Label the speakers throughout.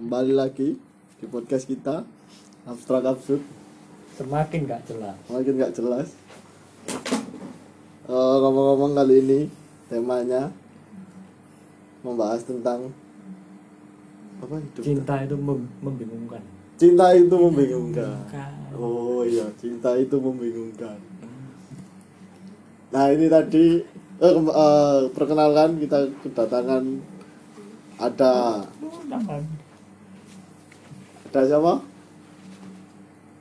Speaker 1: Kembali lagi di podcast kita Abstrak Absurd
Speaker 2: Semakin gak jelas.
Speaker 1: Makin gak jelas Eh, Ngomong-ngomong kali ini Temanya Membahas tentang Apa hidup
Speaker 2: Cinta itu mem- membingungkan.
Speaker 1: Cinta itu membingungkan
Speaker 2: Membingungkan.
Speaker 1: Oh iya Cinta itu membingungkan Nah ini tadi eh, kem- eh, Perkenalkan kita kedatangan Ada
Speaker 2: Jangan.
Speaker 1: Ada siapa?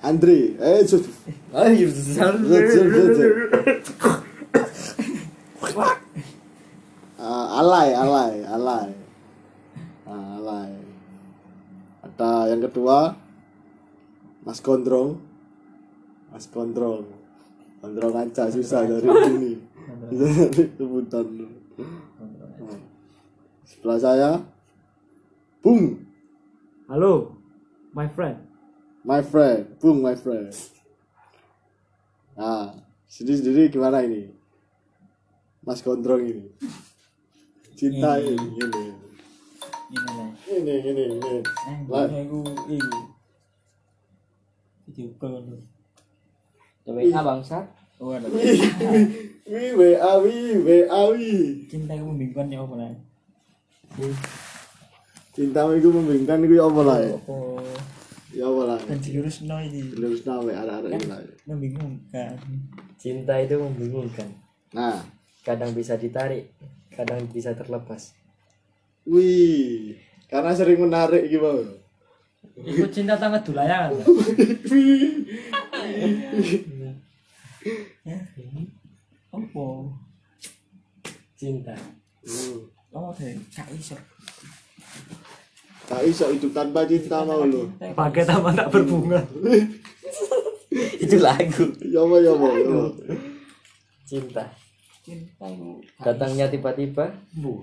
Speaker 1: Andri. Eh, Zul.
Speaker 3: Ayo,
Speaker 1: Zul, Zul, Zul, Zul. Eh, alay, alay, alay. Nah, alay. Ada yang kedua. Mas Gondrong. Mas Gondrong. Gondrong aja susah dari ini. Dari sebutan. Nah. Sebelah saya. Bung,
Speaker 2: Halo, my friend.
Speaker 1: my friend. Bung, my friend. Nah, sendiri-sendiri gimana ini? Mas Gondrong ini. Cinta ini. ini.
Speaker 3: Gimana?
Speaker 1: ini ini ini Lah,
Speaker 3: Ini aku ini. Video call dulu. WA bangsa. Oh, ada.
Speaker 1: wi wi wi awi wi awi
Speaker 3: Cinta yang membingungkan ya apa lah?
Speaker 1: cintamu itu membingungkan itu ya apa lah ya?
Speaker 3: Apa?
Speaker 1: ya apa lah
Speaker 3: Dan jurus no ini
Speaker 1: terus nawe ada ada ini lah ya.
Speaker 3: membingungkan.
Speaker 4: Cinta itu membingungkan.
Speaker 1: nah
Speaker 4: Kadang bisa ditarik, kadang bisa terlepas.
Speaker 1: wi karena sering menarik gitu bang
Speaker 2: Iku cinta tangan dulayangan.
Speaker 3: Apa?
Speaker 4: Cinta.
Speaker 1: Hmm.
Speaker 3: Kamu deh, gak iso.
Speaker 1: tak iso hidup tanpa cinta mau lu
Speaker 2: Pakai taman tak berbunga.
Speaker 4: Itu lagu.
Speaker 1: ya apa ya apa ya apa?
Speaker 4: Cinta.
Speaker 3: Cinta itu
Speaker 4: Datangnya tiba-tiba,
Speaker 2: Bu.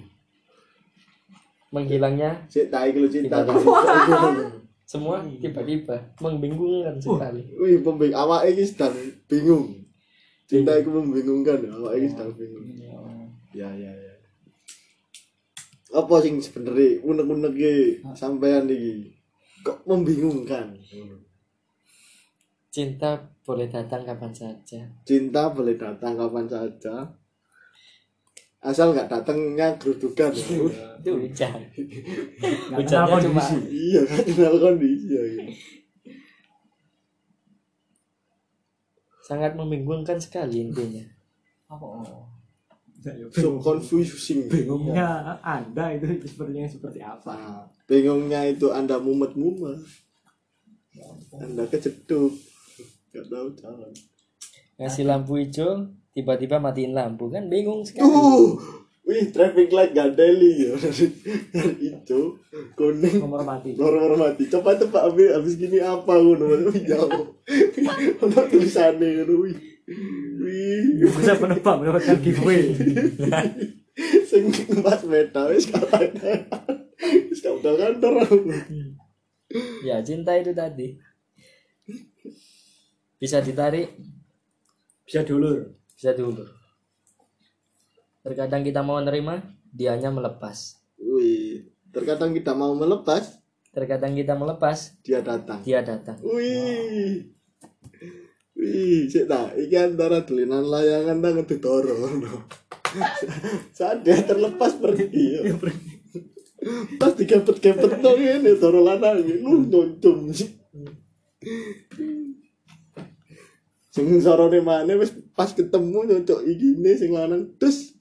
Speaker 4: menghilangnya
Speaker 1: Sik, tak iku lu cinta
Speaker 4: Tidak.
Speaker 1: Iku.
Speaker 4: semua tiba-tiba, membingungkan sekali.
Speaker 1: wi pembing awak ini sedang bingung cinta itu membingungkan awak ini sedang bingung
Speaker 3: ya.
Speaker 1: ya ya ya apa sing sebenarnya unek unek ke sampean iki kok membingungkan
Speaker 4: Cinta boleh datang kapan saja.
Speaker 1: cinta boleh datang kapan saja asal nggak datangnya gerudukan
Speaker 4: Itu hujan.
Speaker 2: Gak kenal
Speaker 4: Hujannya cuma
Speaker 2: kondisi.
Speaker 1: iya nggak kenal kondisi ya gitu.
Speaker 4: sangat membingungkan sekali intinya.
Speaker 2: Oh,
Speaker 3: Apa?
Speaker 1: so confusing
Speaker 2: Bingungnya Anda itu sepertinya seperti apa?
Speaker 1: nah, bingungnya itu anda mumet mumet anda kejeduk nggak tahu jalan
Speaker 4: Ngasih lampu hijau, tiba-tiba matiin lampu kan bingung sekali.
Speaker 1: Uh, wih traffic light gak daily ya dari dari hijau kuning
Speaker 2: Nomor mati.
Speaker 1: lorong hormati coba tebak ambil abis gini apa ngono ngono jauh ono tulisannya ngono wih wih
Speaker 2: Bisa menebak mendapatkan giveaway.
Speaker 1: sing mas meta wis kapan wis kapan udah kantor aku
Speaker 4: Ya cinta itu tadi. Bisa ditarik,
Speaker 2: Bisa dulur.
Speaker 4: bisa diundur. Terkadang kita mau nerima, dianya melepas.
Speaker 1: wih terkadang kita mau melepas
Speaker 4: Terkadang kita melepas,
Speaker 1: dia datang
Speaker 4: dia datang.
Speaker 1: wih wih cek tak iki antara dolinan layangan nang ngedoro saat dia terlepas pergi ya. pas digepet-gepet dong ini toro lanang ini lu nonton sing sorone mana wis pas ketemu nyocok iki ne sing lanang terus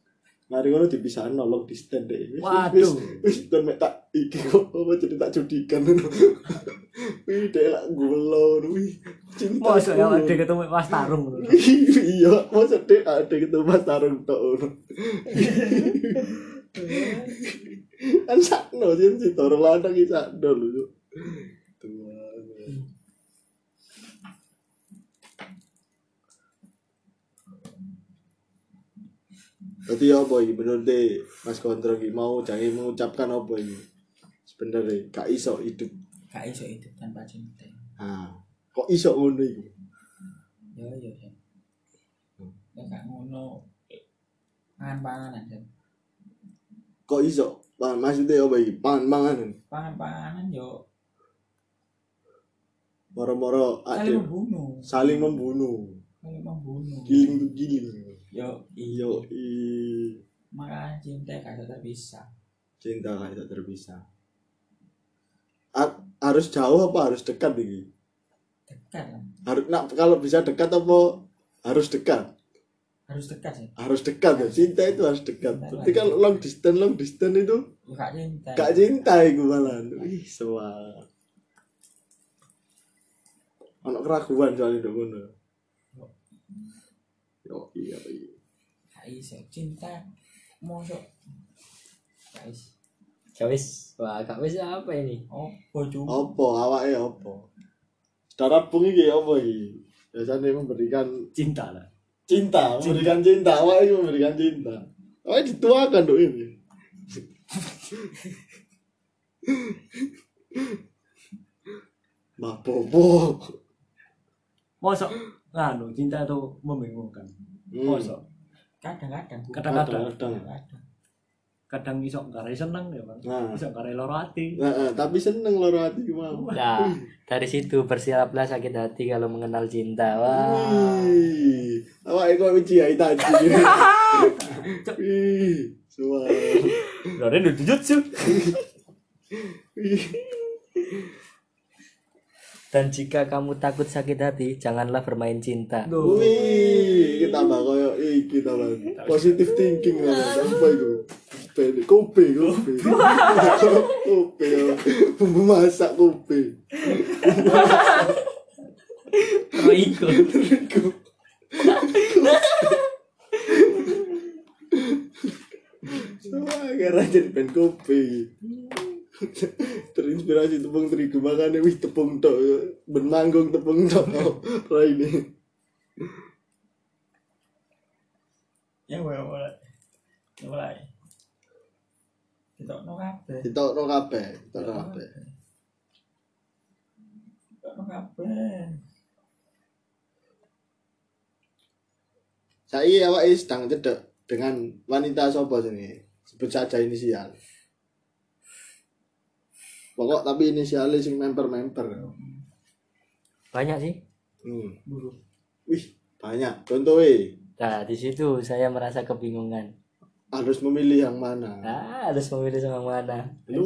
Speaker 1: mari ngono dipisah nolong di stand deh
Speaker 2: Waduh.
Speaker 1: wis ten mek tak iki kok apa jadi tak judikan ngono wih dek lak gulo wih cinta
Speaker 2: Mau ya
Speaker 1: ku.
Speaker 2: ada ketemu Mas Tarung.
Speaker 1: iya masa dek ada ketemu mas tarung tok ngono kan sakno sih si toro lanang iki sakno lho Gitu, Tuhan. Berarti ya apa ini menurut deh Mas Kontro ini mau jangan mengucapkan apa ini sebenarnya gak iso hidup
Speaker 3: Gak iso hidup tanpa cinta.
Speaker 1: ah kok iso ngono iku
Speaker 3: Ya ya ya.
Speaker 4: Kan
Speaker 3: Ya gak ngono. Pangan-pangan aja.
Speaker 1: kok iso Pan maksudnya apa iki? Pan manganan.
Speaker 5: Pangan-panganan yo
Speaker 1: Moro-moro ade
Speaker 5: saling membunuh.
Speaker 1: saling membunuh.
Speaker 5: Saling membunuh.
Speaker 1: Giling to giling.
Speaker 5: Yo
Speaker 1: Iya,
Speaker 5: iyo
Speaker 1: i
Speaker 5: makanya cinta kagak terpisah.
Speaker 1: cinta kayak tak terpisah. A- harus jauh apa harus dekat iki?
Speaker 5: Dekat lah.
Speaker 1: Harus nak kalau bisa dekat apa harus dekat?
Speaker 5: Harus dekat sih.
Speaker 1: Harus dekat ya. Cinta itu harus dekat.
Speaker 5: Cinta
Speaker 1: Berarti
Speaker 5: harus
Speaker 1: kalau long distance long distance itu
Speaker 5: Yo gak cinta.
Speaker 1: gak cinta iku malan. Ih, sewa. Ono keraguan soalnya ndek ngono. Yo iya iya.
Speaker 5: Gak iso cinta. Mosok. Gak iso.
Speaker 4: Kawis. Wah, kawis apa ini?
Speaker 5: Oh, bojo.
Speaker 1: Apa awake apa? Darah bung iki apa iki? Biasanya memberikan
Speaker 2: cinta lah
Speaker 1: cinta, memberikan cinta, awake iki memberikan cinta. Awake dituakan dok ini. Mbak Bobo.
Speaker 2: mosok anu cinta itu membingungkan
Speaker 1: Hmm.
Speaker 2: mosok
Speaker 5: Kadang-kadang.
Speaker 2: kadang-kadang
Speaker 5: Kadang-kadang.
Speaker 2: kadang iso gak rasa seneng ya bang
Speaker 1: Nah.
Speaker 2: iso gak rela loro ati
Speaker 1: Nah, eh, tapi seneng loro hati mau.
Speaker 4: Nah, dari situ bersiaplah sakit hati kalau mengenal cinta. Wah.
Speaker 1: Wih, awak kok uji ya ita uji. Wih, suara.
Speaker 4: Loren udah jujutsu.
Speaker 1: Wih.
Speaker 4: Dan jika kamu takut sakit hati, janganlah bermain cinta.
Speaker 2: Duh.
Speaker 1: Wih, kita tambah koyo iki tambah positive thinking lah sampai iku. Kopi, kopi, kopi. Kopi. ya. Bumbu masak kopi.
Speaker 4: Terikut.
Speaker 1: Semua karena jadi pen kopi. Terinspirasi tepung terigu makanya wih tepung tok ben manggung tepung tok Rai ini.
Speaker 5: Ya gue mulai. Ya mulai. Kita no kabeh.
Speaker 1: Ditokno kabeh, ditokno kabeh.
Speaker 5: Kita no kabeh.
Speaker 1: Saiki awake sedang cedek dengan wanita sapa jenenge? Sebut saja inisial. Pokok tapi inisialnya sing member-member.
Speaker 4: Banyak sih.
Speaker 1: Hmm.
Speaker 5: Buruk.
Speaker 1: Wih, banyak. e, Contohnya
Speaker 4: Nah, di situ saya merasa kebingungan.
Speaker 1: harus memilih yang mana?
Speaker 4: Ah, harus memilih sama mana?
Speaker 1: Lu,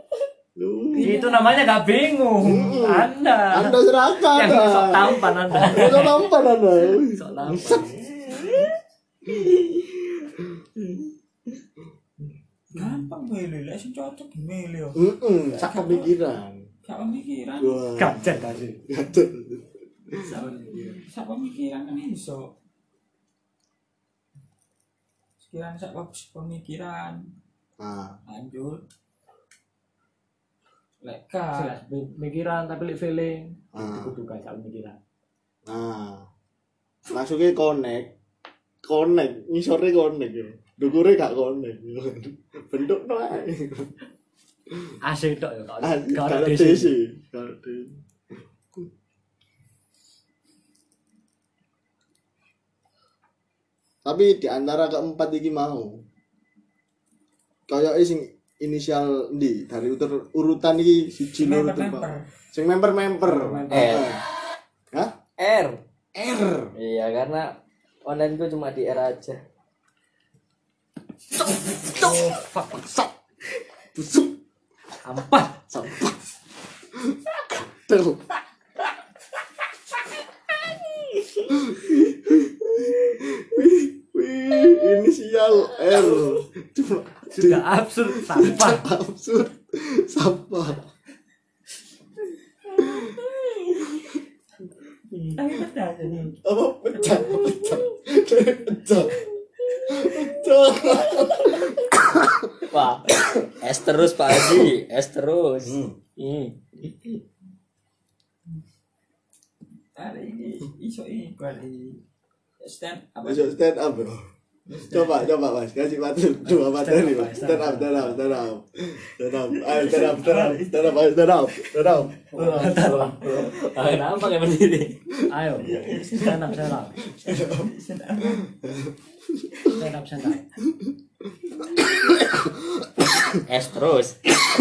Speaker 1: lu,
Speaker 2: Iya. itu namanya gak bingung anda
Speaker 1: Anda seraka.
Speaker 2: yang sok tampan anda
Speaker 1: Anda tampan Anda. Wih,
Speaker 2: Sok tampan.
Speaker 1: buset.
Speaker 5: Gampang milih lah sing cocok milih.
Speaker 1: Ừ. Mm-mm, sak kepikiran.
Speaker 5: Gak pemikiran.
Speaker 1: Wah.
Speaker 2: gajah tadi
Speaker 1: Gacet.
Speaker 5: sak pemikiran kan iso sekiranya sak wab- pemikiran
Speaker 1: Nah,
Speaker 5: lanjut leka
Speaker 2: Ah, mikiran tapi lek feeling
Speaker 1: Ah.
Speaker 2: kudu gak sak mikiran
Speaker 1: nah. Masuknya connect. Connect, ngisornya connect ya. Dukure gak connect. Bentuk no ae.
Speaker 2: AC tok ya kalau
Speaker 1: Ah,
Speaker 2: kalau
Speaker 1: Kalau
Speaker 2: DC
Speaker 1: DC, kalau DC. Tapi di antara keempat iki mau. Kayak sing inisial di dari uter- urutan iki siji loro
Speaker 5: Member-member.
Speaker 1: tembak. Sing member-member.
Speaker 4: Eh.
Speaker 1: Hah?
Speaker 4: R.
Speaker 1: R.
Speaker 4: Iya, karena online gue cuma di R aja.
Speaker 1: Sat. Busuk.
Speaker 2: empat
Speaker 1: Sampah. Terus. Wih, inisial R. Cuma
Speaker 2: sudah absurd sampah
Speaker 1: absurd. Sampah.
Speaker 5: tapi pecah jadi
Speaker 1: Apa pecah? Pecah. Pecah. Pecah.
Speaker 4: Wah, S terus Pak Haji, S terus. Hmm.
Speaker 5: hari ini iso ini kali stand apa
Speaker 1: Masuk stand up bro. Coba, coba mas, kasih materi dua materi mas. Stand up, stand up, stand up, stand up, ayo stand up, stand up, stand up, ayo stand up, stand up.
Speaker 4: Ah, Kenapa kayak begini?
Speaker 2: ayo
Speaker 1: Iya.
Speaker 2: stand up stand up
Speaker 5: stand apa
Speaker 1: Ah.
Speaker 2: stand up stand up
Speaker 4: es terus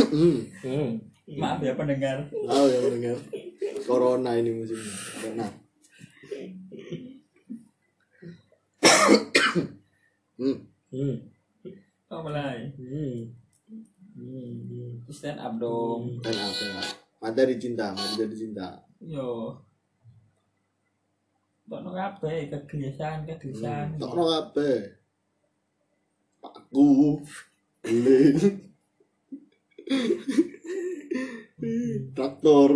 Speaker 1: Hmm.
Speaker 4: hmm.
Speaker 5: Maaf ya pendengar.
Speaker 1: Tahu ya mendengar. Corona ini musimnya. Corona. hmm.
Speaker 4: Hmm.
Speaker 5: Oh mulai.
Speaker 4: Hmm.
Speaker 5: Iya.
Speaker 4: Hmm.
Speaker 5: Stand up dong.
Speaker 1: Dan apa ya? Materi cinta, materi cinta.
Speaker 5: Yo. Tokno kabeh kegelisahan, kegelisahan.
Speaker 1: Tak no apa. Aku. Lin. Traktor.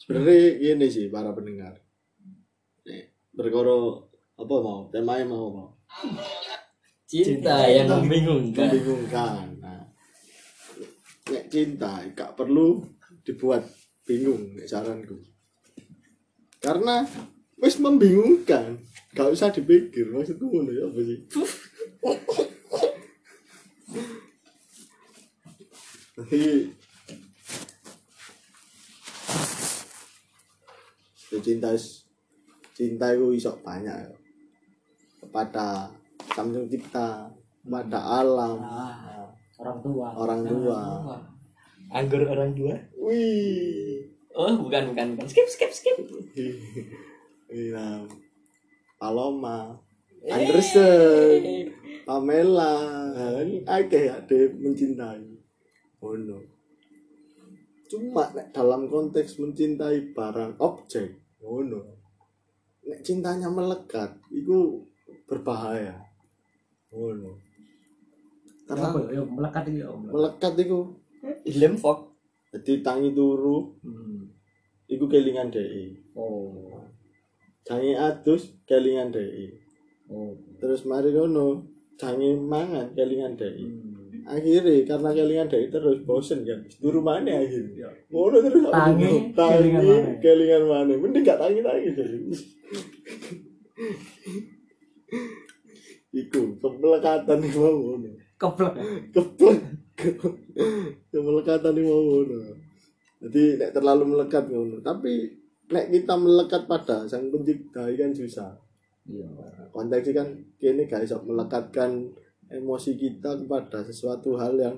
Speaker 1: sebenarnya ini sih para pendengar Nih, berkoro apa mau temanya mau mau
Speaker 4: cinta yang membingungkan
Speaker 1: membingungkan nah nek cinta gak perlu dibuat bingung nek saranku karena wis membingungkan gak usah dipikir maksudku ngono ya apa sih Jadi, ya cinta is- cinta itu iso banyak ya. kepada Samsung Cipta kepada alam
Speaker 2: Ah. orang tua
Speaker 1: orang tua
Speaker 4: anggur orang tua
Speaker 1: wih
Speaker 4: oh bukan bukan bukan skip skip skip
Speaker 1: Iya. Paloma, Anderson, Pamela, ini akeh ya de mencintai. Oh no. Cuma nek dalam konteks mencintai barang objek, oh no. Nek cintanya melekat, itu berbahaya. Oh no.
Speaker 2: Apa
Speaker 1: Karena
Speaker 2: ya? Yo, melekat iki yo, melekat.
Speaker 1: melekat itu,
Speaker 4: Ilham Fok
Speaker 1: jadi tangi turu,
Speaker 2: Hmm.
Speaker 1: itu kelingan DI.
Speaker 2: oh
Speaker 1: Jangi adus, kelingan DI.
Speaker 2: oh
Speaker 1: terus mari kono jange mangan kelingan dai
Speaker 2: Hmm.
Speaker 1: akhirnya karena kelingan dai terus bosen kan di rumah ini akhirnya ngono terus apa
Speaker 2: Tangi,
Speaker 1: dulu?
Speaker 2: kelingan
Speaker 1: tangi
Speaker 2: maneh.
Speaker 1: kelingan mana mending gak tangi tangi jadi iku kemelekatan nih mau ngono
Speaker 2: keplek ya?
Speaker 1: keplek kemelekatan nih mau ngono jadi nek terlalu melekat ngono tapi nek kita melekat pada sang pencipta ini kan susah
Speaker 2: iya
Speaker 1: konteks kan kini gak iso melekatkan emosi kita kepada sesuatu hal yang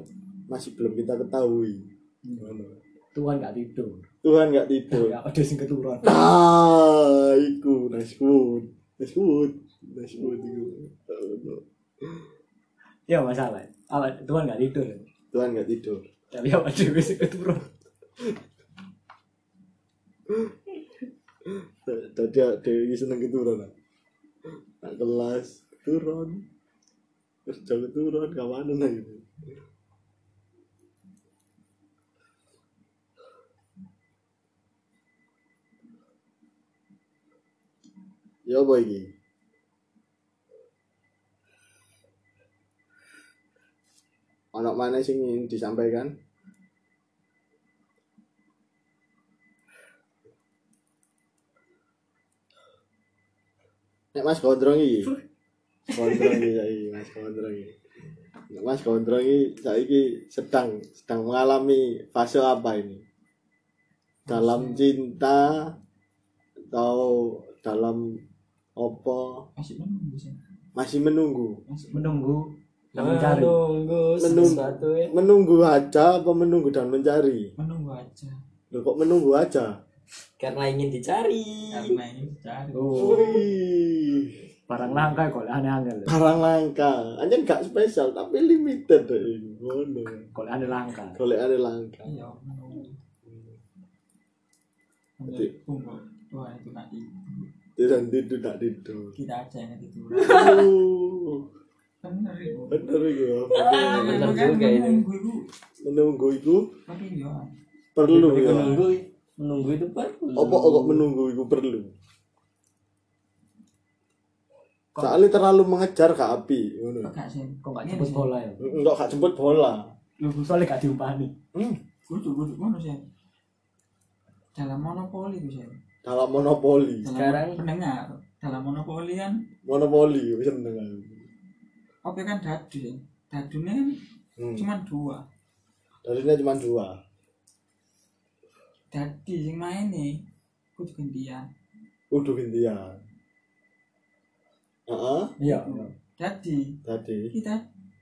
Speaker 1: masih belum kita ketahui
Speaker 2: Tuhan gak tidur
Speaker 1: Tuhan gak tidur
Speaker 2: gak ada sing keturun
Speaker 1: nah iku nice food nice food nice food iku
Speaker 2: ya masalah apa Tuhan gak tidur
Speaker 1: Tuhan gak tidur
Speaker 2: tapi apa dewe sing keturun
Speaker 1: tadi Dewi seneng keturun nak Nak kelas turun kerja keturun kawanan lah gitu ya apa iki anak mana sing ingin disampaikan Nek Mas Gondrong iki. Gondrong iki saiki Mas Gondrong iki. Nek Mas Gondrong iki saiki sedang sedang mengalami fase apa ini? Dalam cinta atau dalam apa
Speaker 5: Masih menunggu sih.
Speaker 1: masih menunggu
Speaker 5: Masih
Speaker 2: menunggu dan mencari
Speaker 4: menunggu
Speaker 1: Menunggu.
Speaker 4: sesuatu ya
Speaker 1: menunggu aja apa menunggu dan mencari
Speaker 5: menunggu aja.
Speaker 1: Loh, kok menunggu aja
Speaker 4: karena ingin dicari
Speaker 5: Karena ini cari.
Speaker 2: oh
Speaker 1: Wih,
Speaker 2: barang langka kok aneh angel
Speaker 1: barang langka anjir gak spesial tapi limited deh ini. ngono
Speaker 2: kok aneh langka
Speaker 1: golek ada langka
Speaker 5: Iya, menunggu.
Speaker 1: Jadi-
Speaker 5: Tunggu. Tuhan itu nanti
Speaker 1: tidak tidur tidak tidur
Speaker 5: kita aja yang itu.
Speaker 1: Uh,
Speaker 5: Bener itu.
Speaker 1: bener iku ya.
Speaker 4: bener
Speaker 5: Makanya
Speaker 4: juga ini.
Speaker 5: menunggu itu.
Speaker 1: menunggu iku
Speaker 5: Tapi iya.
Speaker 1: perlu ya
Speaker 4: menunggu menunggu itu perlu
Speaker 1: apa kok menunggu iku perlu soalnya terlalu mengejar ke api ngono
Speaker 5: Enggak sih.
Speaker 2: kok gak jemput bola ya
Speaker 1: enggak gak jemput bola
Speaker 2: lu soalnya gak diumpani
Speaker 5: Kudu-kudu mana sih? Dalam monopoli itu sih.
Speaker 1: dalam monopoli
Speaker 5: Dalam
Speaker 4: Sekarang-
Speaker 5: pendengar dalam monopoli kan
Speaker 1: monopoli bisa mendengar
Speaker 5: oke kan dadu ya. Dadunya kan
Speaker 1: hmm.
Speaker 5: cuma dua.
Speaker 1: darinya cuma dua
Speaker 5: Dadi sing main nih. kudu gantian
Speaker 1: Udah gantian. Heeh,
Speaker 2: Iya.
Speaker 5: jadi
Speaker 1: tadi.
Speaker 5: kita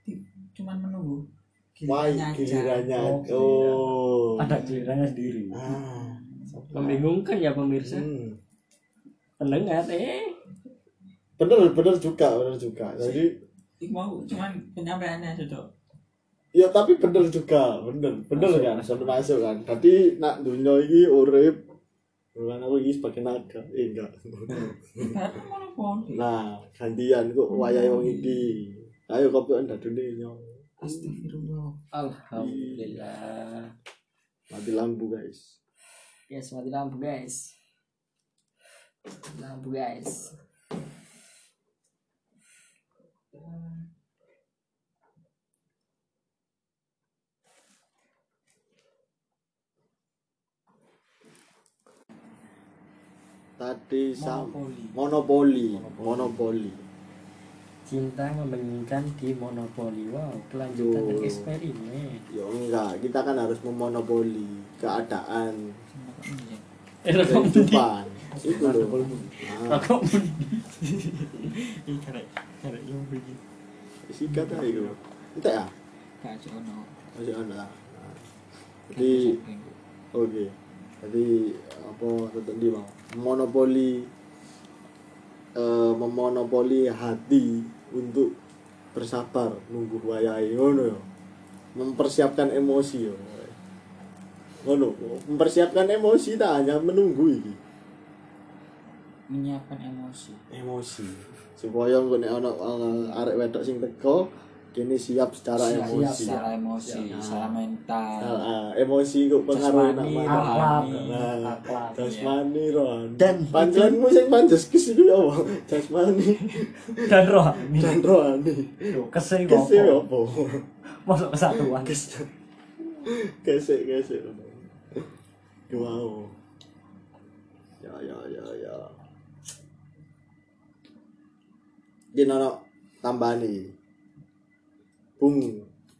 Speaker 5: ti- cuman menunggu
Speaker 1: Wah,
Speaker 5: gilirannya aja
Speaker 1: gilirannya.
Speaker 2: Oh,
Speaker 1: Oh.
Speaker 2: Ada gilirannya sendiri.
Speaker 1: Ah.
Speaker 4: Membingungkan ya pemirsa.
Speaker 1: Hmm.
Speaker 4: Pendengar eh.
Speaker 1: Bener, bener juga, bener juga. Jadi,
Speaker 5: Iku mau cuman penyampaiannya aja dok
Speaker 1: ya tapi bener juga, bener, bener
Speaker 2: Masuk,
Speaker 1: kan,
Speaker 2: masuk.
Speaker 1: sampai masuk kan. Tadi nak dunia ini urip, bukan aku ini sebagai naga, eh, enggak. Hmm.
Speaker 5: ibaratnya kan monopoli
Speaker 1: Nah, gantian kok wayahe wong iki. Ayo kopi ndak dunia.
Speaker 5: astagfirullah
Speaker 4: Alhamdulillah.
Speaker 1: Mati lampu guys.
Speaker 3: Guys, mati lampu guys. Lampu guys.
Speaker 1: Tadi sam monopoli,
Speaker 5: monopoli
Speaker 1: monopoli.
Speaker 4: Cinta membingungkan di monopoli. Wow, kelanjutan dan
Speaker 1: Duh.
Speaker 4: eksperimen.
Speaker 1: Ya enggak, kita kan harus memonopoli keadaan
Speaker 5: Iya.
Speaker 1: kehidupan. Itu loh. Nah,
Speaker 4: Rokok pun.
Speaker 5: Ih, karek karek yang begini
Speaker 1: sikat aja itu. Kita ya?
Speaker 5: gak aja ono gitu,
Speaker 1: Masih ada. Nah, Jadi Oke. Jadi apa tadi bang? Monopoli eh memonopoli hati untuk bersabar nunggu wayahe ngono ya. Mempersiapkan emosi yo. Ngono, mempersiapkan emosi tak hanya menunggu iki.
Speaker 5: menyiapkan emosi
Speaker 1: Emosi. Supaya engko nek ana eh, arek wedok sing teko kene siap secara
Speaker 5: Siap, siap
Speaker 1: emosi.
Speaker 5: secara emosi secara mental
Speaker 1: Ah, ah, emosi kok pengaruh nak
Speaker 5: Jasmani, ya.
Speaker 1: mana.
Speaker 2: Akhlak.
Speaker 1: Nah,
Speaker 2: Akhlak.
Speaker 1: Jasmani Ron.
Speaker 2: Dan-
Speaker 1: panjenenganmu sing panjes kis itu apa? Jasmani
Speaker 2: Dan rohani.
Speaker 1: dan rohani.
Speaker 2: Yo, Kese
Speaker 1: Kis itu
Speaker 2: kok.
Speaker 1: apa?
Speaker 2: Masuk kesatuan.
Speaker 1: Kis. Kesek kesek. Wow. Ya ya ya ya. Jadi nono tambah nih. Bung,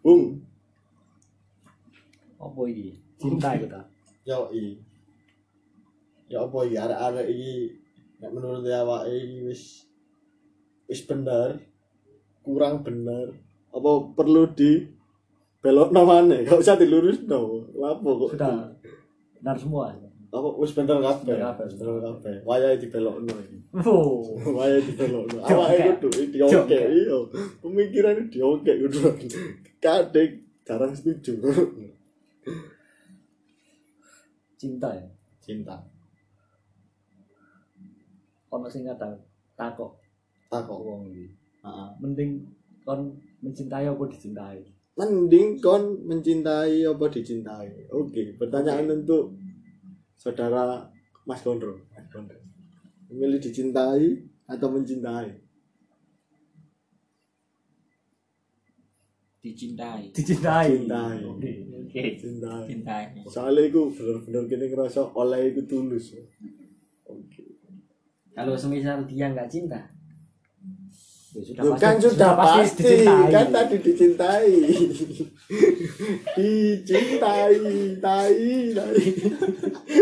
Speaker 1: bung.
Speaker 4: Apa ini?
Speaker 2: Cinta itu ta.
Speaker 1: Yo i. Ya apa iki arek-arek iki nek menurut awake iki wis wis bener, kurang bener. Apa perlu di belok namane? Gak usah dilurusno. Lapo kok.
Speaker 2: Sudah. Benar semua.
Speaker 1: Apa wis bener kabeh?
Speaker 2: Bener kabeh.
Speaker 1: Bener kabeh. Wayahe dibelokno iki.
Speaker 2: Oh.
Speaker 1: Wayahe dibelokno.
Speaker 2: Jongkek.
Speaker 1: Awake kudu dioke
Speaker 2: Jongkek.
Speaker 1: iya. Pemikirane dioke kudu. Kadek jarang setuju.
Speaker 2: Cinta ya.
Speaker 1: Cinta.
Speaker 2: Ono sing kadang takok
Speaker 1: Takok.
Speaker 2: wong iki.
Speaker 1: Heeh.
Speaker 2: Mending kon mencintai apa dicintai?
Speaker 1: mending kon mencintai apa dicintai oke pertanyaan untuk saudara Mas Gondro Mas Gondro. memilih dicintai atau mencintai
Speaker 5: dicintai
Speaker 2: Dicintai.
Speaker 1: Cintai.
Speaker 2: Oke.
Speaker 4: Oke.
Speaker 1: cintai
Speaker 5: cintai
Speaker 1: soalnya aku bener-bener kini ngerasa oleh itu tulus oke
Speaker 4: Kalau semisal dia nggak cinta,
Speaker 2: Ya, sudah
Speaker 1: Loh, kan sudah pasti, kan tadi dicintai dicintai tai tai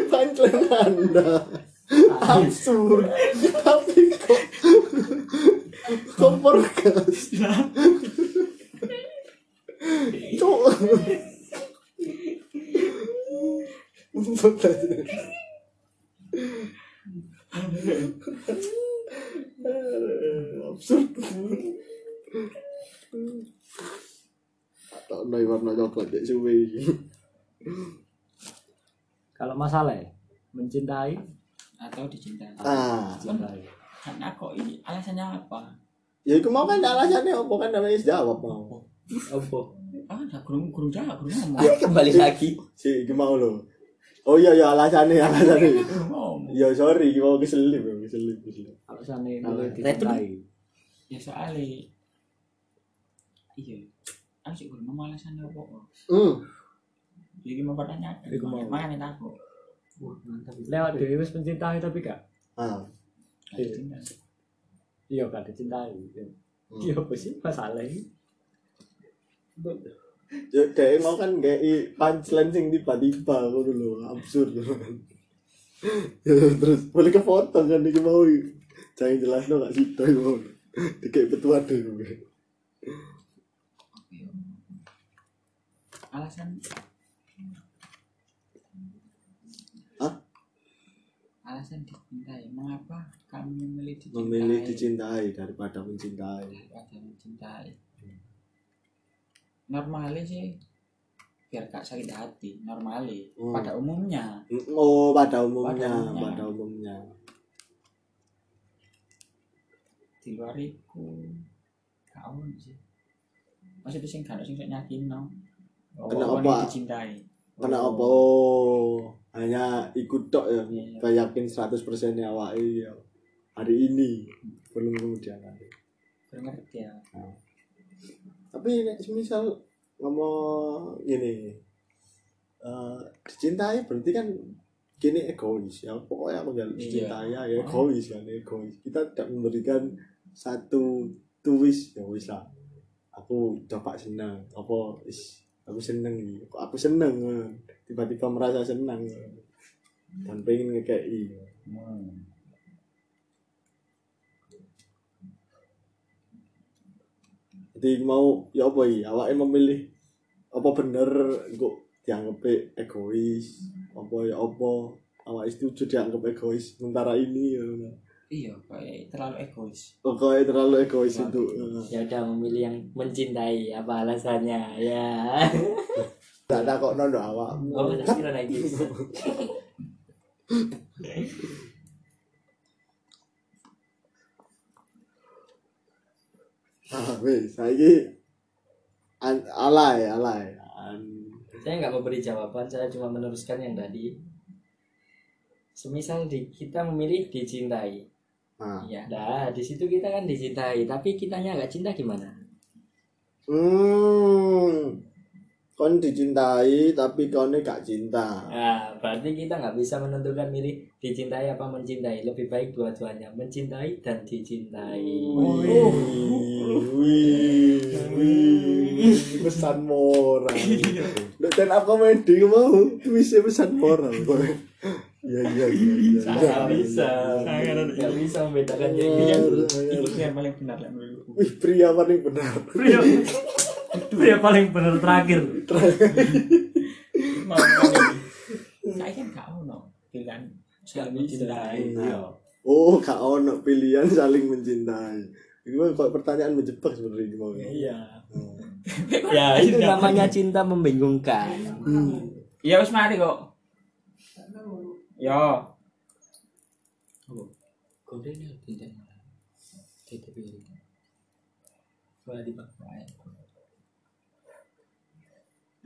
Speaker 1: Pancelan anda absurd tapi kok kok perkas Cuk. absurd tak nai warna coklat dek suwe iki.
Speaker 2: Kalau masalah ya, mencintai,
Speaker 5: atau dicintai
Speaker 1: ah
Speaker 2: cintai.
Speaker 5: karena kok ini alasannya apa
Speaker 1: ya iku mau kan alasannya apa kan namanya wis jawab mau
Speaker 4: apa?
Speaker 5: ah gak kurung kurung jalan kurung
Speaker 1: Ya.
Speaker 5: ngomong
Speaker 4: Kembali lagi.
Speaker 1: si iku mau lo oh iya iya alasannya alasannya
Speaker 5: kurung ngomong
Speaker 1: ya sorry iku mau keselip ya keselip keselip
Speaker 2: Kalau sana ini
Speaker 1: Nah,
Speaker 2: dicintai,
Speaker 5: ya soalnya iya aku sih kurung ngomong alasannya apa
Speaker 1: hmm
Speaker 5: jadi mau pertanyaan
Speaker 2: Iku mau.
Speaker 5: makanya aku
Speaker 2: lewat dewi wis mencintai tapi gak,
Speaker 1: ah
Speaker 5: gak dicintai
Speaker 2: iya gak dicintai. Iya apa sih masalah ini?
Speaker 1: ya kayak mau kan kayak i- punchline sing tiba-tiba aku dulu absurd Ya, terus boleh ke foto kan iki mau jangan jelas no gak sih iki mau dikek petua dulu
Speaker 5: alasan
Speaker 1: Hah?
Speaker 5: alasan dicintai mengapa kamu memilih dicintai
Speaker 1: memilih dicintai daripada mencintai
Speaker 5: daripada mencintai normalnya sih biar gak sakit hati normalnya
Speaker 1: Hmm.
Speaker 5: pada umumnya
Speaker 1: oh pada umumnya
Speaker 5: Pada umumnya.
Speaker 1: pada umumnya
Speaker 5: di luar iku gak ono sih maksudnya sing gak ono sing sok nyakin no
Speaker 1: Kenapa?
Speaker 5: dicintai
Speaker 1: kena
Speaker 5: Oh.
Speaker 1: apa hanya ikut tok ya
Speaker 5: Iya.
Speaker 1: kayak yakin 100% ya awake ya hari ini belum kemudian hari
Speaker 5: Kurang ngerti ya
Speaker 1: tapi nek misal ngomong gini eh dicintai berarti kan gini egois ya pokoknya aku jangan
Speaker 5: Iya.
Speaker 1: dicintai ya egois kan egois kita tidak memberikan satu tuwis ya wis lah aku coba seneng apa is aku seneng iki. kok aku seneng eh. tiba-tiba merasa seneng eh. dan pengen ngekei
Speaker 5: Hmm.
Speaker 1: jadi mau ya apa ya awake memilih apa bener kok dianggap egois apa ya apa awak setuju dianggap egois sementara ini ya
Speaker 5: iya kayak terlalu egois
Speaker 1: oh, kau yang terlalu egois eh,
Speaker 2: Wah.
Speaker 1: itu
Speaker 4: ya udah memilih yang mencintai apa alasannya ya
Speaker 1: tidak ada kok nondo awak
Speaker 4: oh tak kira lagi
Speaker 1: Iya. ah wes saya an alay alay an
Speaker 4: saya nggak memberi jawaban saya cuma meneruskan yang tadi semisal di kita memilih dicintai
Speaker 1: ah
Speaker 5: iya
Speaker 4: nah di situ kita kan dicintai tapi kitanya nggak cinta gimana
Speaker 1: hmm kau dicintai tapi kau ini gak cinta
Speaker 4: nah berarti kita nggak bisa menentukan milih dicintai apa mencintai lebih baik dua-duanya mencintai dan dicintai
Speaker 1: Wih, wih, wih, pesan moral. Nek stand up comedy mau, bisa pesan moral. Iya iya iya. iya.
Speaker 4: Nggak bisa
Speaker 5: Sangat ada-
Speaker 4: nggak bisa Oh. membedakan
Speaker 1: Iya,
Speaker 4: jadi
Speaker 1: iya, iya.
Speaker 5: itu yang paling benar lah menurutku
Speaker 1: Wih, pria paling benar.
Speaker 2: pria pria paling benar terakhir
Speaker 5: mau saya kan gak ono pilihan saling
Speaker 3: Iya.
Speaker 5: mencintai
Speaker 1: Nah. Oh, kak ono pilihan saling mencintai. Ini mah kayak pertanyaan menjebak sebenarnya ini mau.
Speaker 5: iya
Speaker 4: ya
Speaker 3: Nah,
Speaker 4: itu namanya cinta membingungkan
Speaker 5: iya wis mari kok Iya. yo
Speaker 3: Kodenya tidak tidak pilih.
Speaker 5: berarti pakai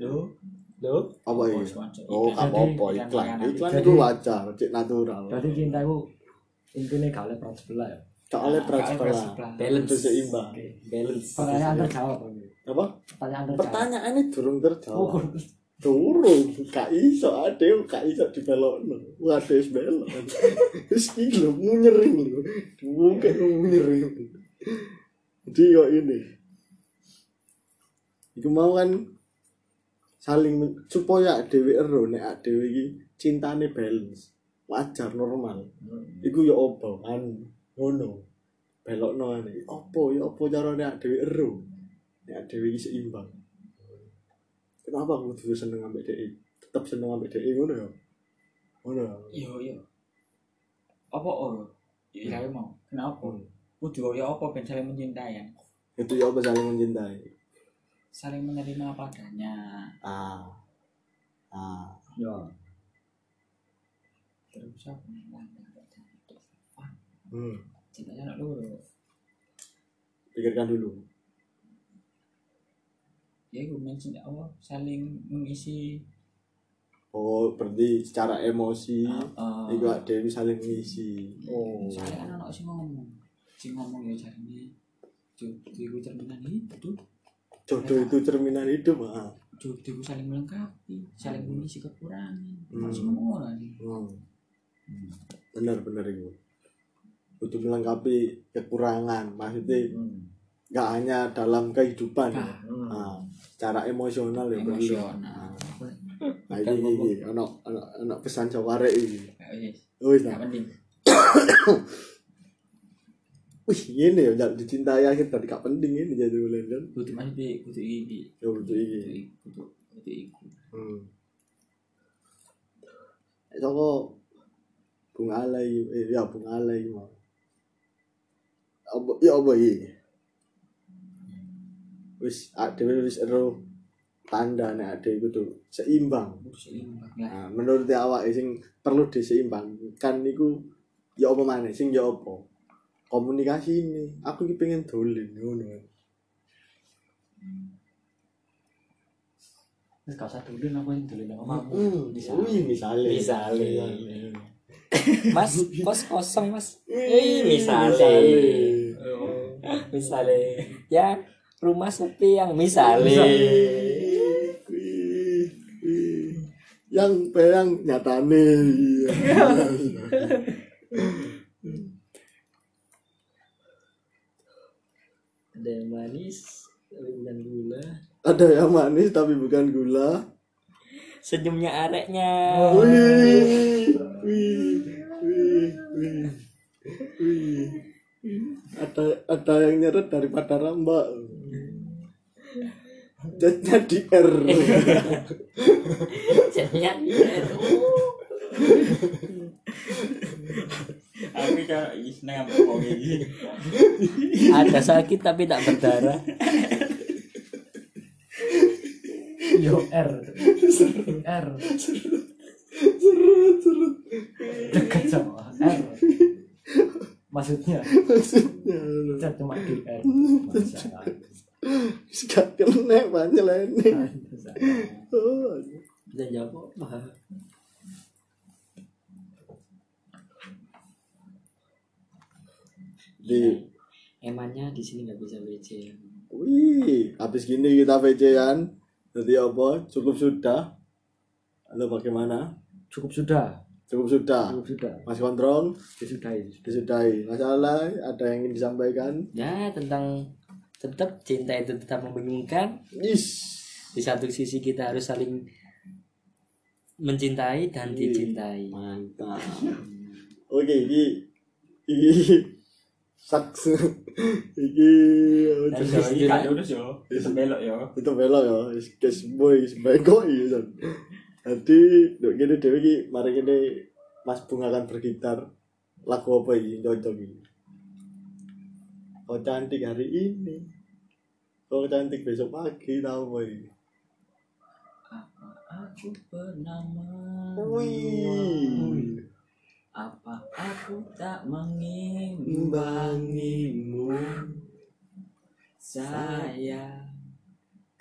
Speaker 5: lo
Speaker 4: loh
Speaker 1: Apa ini? Oh, gak apa-apa iklan. Iklan
Speaker 2: Jadi-
Speaker 1: itu wajar, cek natural.
Speaker 2: berarti cintaku intinya gak oleh perang sebelah ya
Speaker 1: Soalnya prasekolah. Itu
Speaker 4: ah, balance
Speaker 1: seimbang.
Speaker 4: balance
Speaker 2: pertanyaan terjawab ini.
Speaker 1: Apa?
Speaker 2: pertanyaan terjawab
Speaker 1: Pertanyaannya durung
Speaker 2: oh
Speaker 1: terjawab. turun gak iso ade gak iso dibelokno ade wis belok wis iki lho munyering lho mungkin munyering jadi yo ini iku mau kan saling men- supaya dhewe ero nek dhewe iki cintane balance wajar normal iku yo opo kan ngono belokno kan opo yo opo carane nek dhewe ero nek dhewe iki seimbang kenapa aku dulu seneng ambek DI tetap seneng ambek DI ngono ya ngono ya
Speaker 5: yo yo apa oh iya aku mau kenapa
Speaker 1: Hmm.
Speaker 5: kudu ya apa ben saling mencintai ya
Speaker 1: itu ya apa saling mencintai
Speaker 5: saling menerima apa adanya
Speaker 1: ah ah
Speaker 2: ya
Speaker 5: terus apa
Speaker 1: hmm.
Speaker 5: cintanya anak loro
Speaker 1: pikirkan dulu
Speaker 5: ya gue mention Allah saling mengisi
Speaker 1: oh berarti secara emosi
Speaker 5: uh,
Speaker 1: itu ada yang saling mengisi oh
Speaker 5: soalnya kan anak sih ngomong sih ngomong ya cari ini jodoh gue cerminan hidup
Speaker 1: jodoh itu cerminan hidup ah
Speaker 5: jodoh gue saling melengkapi saling mengisi kekurangan
Speaker 1: Hmm.
Speaker 5: masih ngomong orang nih
Speaker 1: hmm. benar benar itu untuk melengkapi kekurangan maksudnya nggak hanya dalam kehidupan ya.
Speaker 5: nah
Speaker 1: Ah, secara emosional ya perlu
Speaker 5: emosional
Speaker 1: Ah. Nah, iki iki ana ana ana pesan saka arek iki.
Speaker 5: Nah, wis.
Speaker 1: Wis
Speaker 5: Gak
Speaker 1: nah.
Speaker 5: penting.
Speaker 1: Wih, ngene ya njak dicintai akhir tadi gak penting ini jadi bulan
Speaker 5: Kudu maksudnya kudu iki.
Speaker 1: Ya butuh
Speaker 5: Kudu
Speaker 1: iki.
Speaker 5: iki, kudu kudu iku.
Speaker 1: Hmm. Saka Bung Alai, eh, ya Bung Alai mau. Apa ya apa iki? Wis adewe wis ero tanda nek ade iku tuh seimbang.
Speaker 5: Kudu seimbang
Speaker 1: Nah,
Speaker 5: lah.
Speaker 1: menurut awak sing perlu diseimbangkan niku ya apa maneh sing ya apa? Komunikasi ini. Aku iki pengen dolen ngono.
Speaker 2: Terus gak usah dulu aku yang dulu nama kamu.
Speaker 1: Hmm,
Speaker 2: misalnya.
Speaker 1: Wih, Iya, misalnya.
Speaker 4: Misalnya.
Speaker 3: Mas, kos kosong mas.
Speaker 4: Ih, misalnya. Misalnya.
Speaker 3: Ya, rumah sepi yang misalnya.
Speaker 1: Wih, wih. Yang perang nyatane. Iya.
Speaker 4: Ada yang manis, tapi bukan gula.
Speaker 1: Ada yang manis tapi bukan gula.
Speaker 3: Senyumnya areknya.
Speaker 1: Oh. Wih, wih, wih, wih, wih. Ada ada yang nyeret daripada rambak. Jadinya di R.
Speaker 4: Jadinya.
Speaker 5: Aku kayak ih, seneng ambek wong iki.
Speaker 3: Ada sakit tapi tak berdarah.
Speaker 2: Yo R. R.
Speaker 1: Seret, seret.
Speaker 2: Dekat sama R. Maksudnya
Speaker 1: Maksudnya.
Speaker 2: cat cuma di R. Masalah.
Speaker 1: Gak kena banyak lainnya.
Speaker 2: Masalah.
Speaker 1: Oh,
Speaker 4: Dan jawab apa?
Speaker 1: Di,
Speaker 4: Emannya di sini nggak bisa BC.
Speaker 1: wih, habis gini kita VC-an. Jadi apa? Cukup sudah. Atau bagaimana?
Speaker 2: Cukup sudah.
Speaker 1: Cukup sudah.
Speaker 2: Cukup sudah.
Speaker 1: Mas Kontrol,
Speaker 2: Disudahi.
Speaker 1: disudahi. Masalah ada yang ingin disampaikan?
Speaker 3: Ya, tentang tetap cinta itu tetap membingungkan.
Speaker 1: Yes.
Speaker 3: Di satu sisi kita harus saling mencintai dan dicintai.
Speaker 1: Mantap. Oke, iki iki saks iki
Speaker 5: Terus
Speaker 1: aduh,
Speaker 5: yo iki gak lurus yo. Terus belok yo.
Speaker 1: itu melo ya, wis kes boy wis bego iki. San. Jadi nduk kene dhewe iki mari kene Mas Bung akan bergitar lagu apa iki yang cocok iki. Kau cantik hari ini. Kau cantik besok pagi tau apa iki.
Speaker 5: Apa aku bernama?
Speaker 1: Wih.
Speaker 5: Apa aku tak
Speaker 1: Hmm.
Speaker 5: mengimbangimu? Saya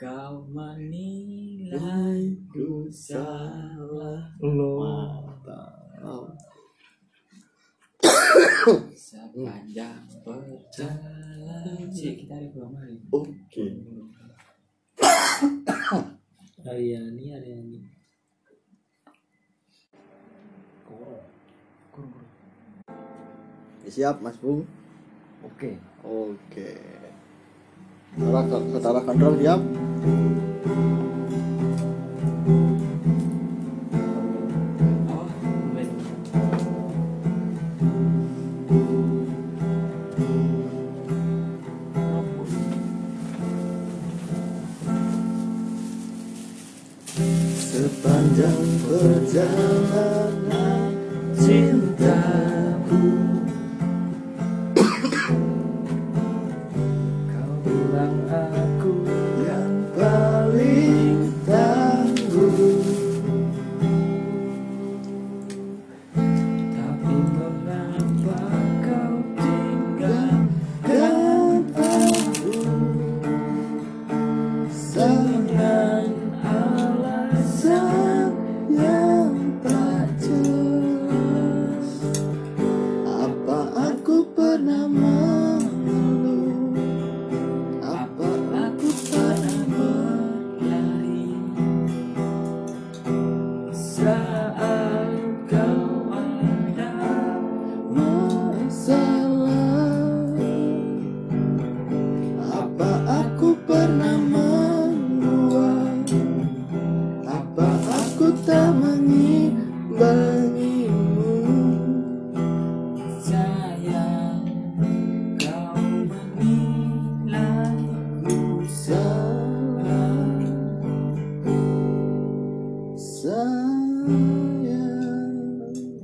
Speaker 5: kau menilai
Speaker 1: Lagu
Speaker 5: salah
Speaker 2: Lo.
Speaker 1: Mantap.
Speaker 5: sepanjang perjalanan. Cik, Iya, kita ada berapa hari?
Speaker 1: Oke.
Speaker 4: Aryani, Aryani.
Speaker 1: Siap Mas Bung.
Speaker 2: Oke.
Speaker 1: Oke. Saudara, saudara kontrol siap.
Speaker 5: Apa? Mulai.
Speaker 1: Sepanjang perjalanan cintaku
Speaker 5: Kau bilang aku
Speaker 1: yang paling tangguh
Speaker 5: tapi mengapa kau tinggal
Speaker 1: dan aku
Speaker 5: dengan alasan
Speaker 1: yang tak jelas Apa aku pernah mengeluh Apa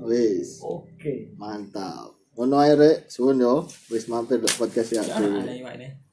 Speaker 1: Wis,
Speaker 2: Oke.
Speaker 1: mantap. Ngono ae rek, suwun yo. Wis mampir dok podcast ya.
Speaker 5: Jangan ada iwak ini.